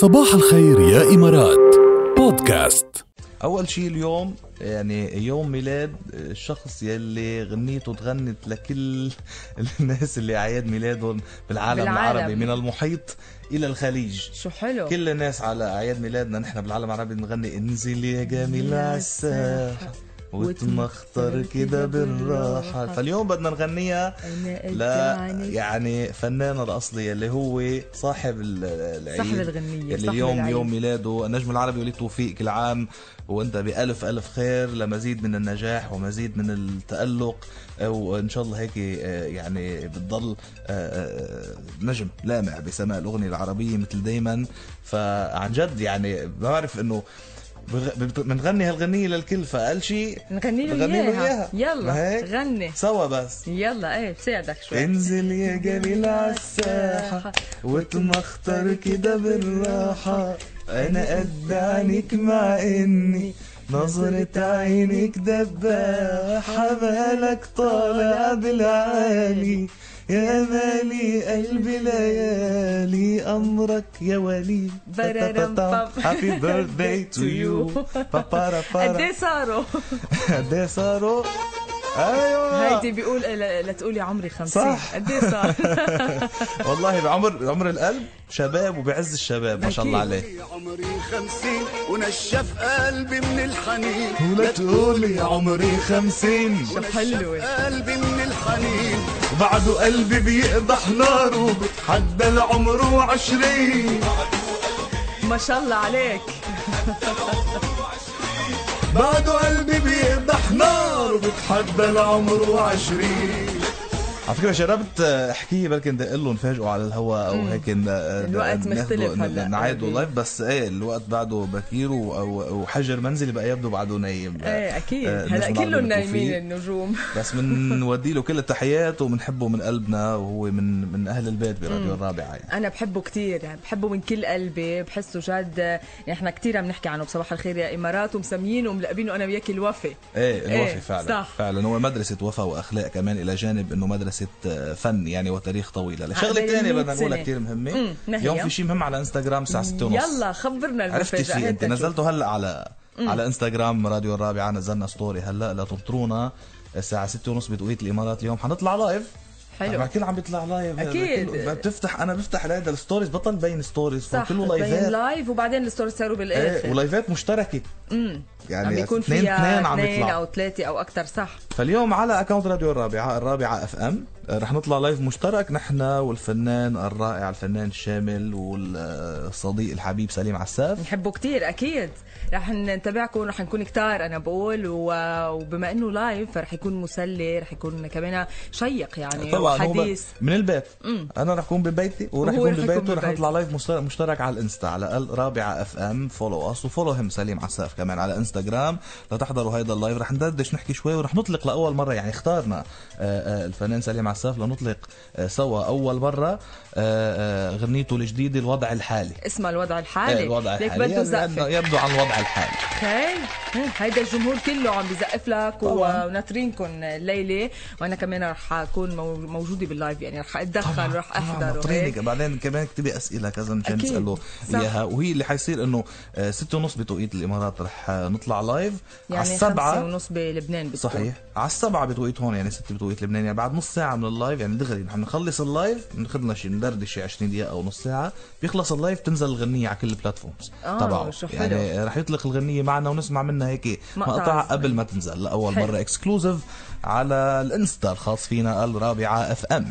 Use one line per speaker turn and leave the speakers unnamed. صباح الخير يا إمارات بودكاست
اول شيء اليوم يعني يوم ميلاد آه، الشخص يلي غنيته تغنت لكل الناس اللي اعياد ميلادهم بالعالم,
بالعالم.
العربي من المحيط الى الخليج
شو حلو
كل الناس على اعياد ميلادنا نحن بالعالم العربي بنغني انزل يا جميل على الساحه وتمخطر كده بالراحه فاليوم بدنا نغنيها
أنا قلت
لا
عنك.
يعني فنان الاصلي اللي هو صاحب ال- العيد
صاحب الغنية،
اللي
صاحب
اليوم
العيد.
يوم ميلاده النجم العربي وليد توفيق كل عام وانت بالف الف خير لمزيد من النجاح ومزيد من التالق وان شاء الله هيك آه، يعني بتضل آه، آه، نجم لامع بسماء الاغنيه العربيه مثل دايما فعن جد يعني ما بعرف انه بغ- بت- بنغني هالغنيه للكل فقال شيء
نغني له
نغني له
اياها
إياها. ما
يلا
هيك؟
غني
سوا بس
يلا ايه بساعدك شوي
انزل يا جميل عالساحة وتمخطر كده بالراحة أنا قد عينك مع إني نظرة عينك دباحة مالك طالع بالعالي يا مالي قلبي ليالي أمرك يا ولي
بررم باب.
هابي بيرثداي تو يو بابارا
قد
بارا
ايه صاروا
قد إيه صاروا ايوه
هيدي بيقول لا لا تقولي عمري 50
صح.
قد ايه صار
والله بعمر بعمر القلب شباب وبعز الشباب ما شاء الله
أكيد.
عليه
عمري خمسين ونشف قلبي من الحنين
ولا تقولي عمري خمسين
طب حلو
قلبي من الحنين
بعده قلبي بيقضح ناره بتحدى العمر وعشرين
ما شاء الله عليك
بعده قلبي بيقضح ناره بتحدى العمر وعشرين على فكره شربت احكيه بلكن دق له نفاجئه على الهواء او هيك ن-
الوقت
ناخده-
مختلف هلا.
نعاده
يعني-
لايف بس ايه الوقت بعده بكير و- أو- وحجر منزلي بقى يبدو بعده نايم
ايه اكيد
آه،
هلا
النجم العربي
كلهم
لتوفيق.
نايمين النجوم
بس بنودي له كل التحيات وبنحبه من قلبنا وهو من من اهل البيت براديو الرابعه يعني
انا بحبه كتير يعني بحبه من كل قلبي بحسه جد نحن كتير عم نحكي عنه بصباح الخير يا امارات ومسميينه وملقبينه انا وياك الوفي
ايه الوفي
إيه،
فعلا
صح.
فعلا هو مدرسه وفا واخلاق كمان الى جانب انه مدرسه آه، فن يعني وتاريخ طويله شغله
عقبال
ثانيه
100
بدنا نقولها
سنة.
كثير مهمه
مم، ما هي؟
اليوم في شيء مهم على انستغرام الساعه 6:30
يلا خبرنا
عرفتي
المفاجاه
شيء انت
هيدا شو.
نزلته هلا على على انستغرام راديو الرابعه نزلنا ستوري هلا لا تنطرونا الساعة 6:30 بتوقيت الامارات اليوم حنطلع لايف
حلو.
مع كل عم بيطلع لايف هذا
طيب. أكيد.
كله. بتفتح انا بفتح هذا الستوريز بطل بين ستوريز
صح
كله
بين
لايفات
لايف وبعدين الستوري صاروا بالاخر
ايه ولايفات مشتركه يعني
عم بيكون
اثنين
فيها
اثنين عم
اثنين
يطلعوا
او ثلاثه او اكثر صح
فاليوم على اكونت راديو الرابعه الرابعه اف ام رح نطلع لايف مشترك نحن والفنان الرائع الفنان الشامل والصديق الحبيب سليم عساف
بنحبه كتير اكيد رح نتابعكم رح نكون كتار انا بقول و- وبما انه لايف فرح يكون مسلي رح يكون كمان شيق يعني
طبعا هو ب-
حديث
من البيت انا رح اكون ببيتي ورح
وهو
يكون
رح يكون
ببيته ورح
ببيته.
نطلع لايف مشترك, مشترك على الانستا على الرابعه اف ام فولو اس وفولو هم سليم عساف كمان على انستغرام لتحضروا هيدا اللايف رح ندردش نحكي شوي ورح نطلق لاول مره يعني اختارنا آه، آه، الفنان سليم عساف لنطلق آه، سوا اول مره آه، آه، غنيته الجديده الوضع الحالي
اسمها الوضع الحالي
آه، الوضع
ليك
الحالي
بده
يعني
زقفه
لأنه يبدو عن الوضع الحالي
اوكي هيدا الجمهور كله عم بزقف لك
طبعاً.
و- وناطرينكم الليله وانا كمان رح اكون مو- موجوده باللايف يعني رح اتدخل ورح احضر
ناطرينك
وهيك.
نعم، بعدين كمان اكتبي اسئله كذا مشان
إيه. أكيد.
نساله
صح.
اياها وهي اللي حيصير انه 6 ونص بتوقيت الامارات رح آه، نطلع لايف على
يعني خمسة
السبعه
ونص بلبنان بتكون.
صحيح على السبعة بتوقيت هون يعني ستة بتوقيت لبنان يعني بعد نص ساعة من اللايف يعني دغري نحن نخلص اللايف بناخذ لنا شي ندردش شي 20 دقيقة أو نص ساعة بيخلص اللايف تنزل الغنية على كل البلاتفورمز
آه،
تبعه
شو حلو.
يعني رح يطلق الغنية معنا ونسمع منها هيك
مقطع
مقطع
صغير.
قبل ما تنزل لأول
حلو.
مرة اكسكلوزيف على الانستا الخاص فينا الرابعة اف ام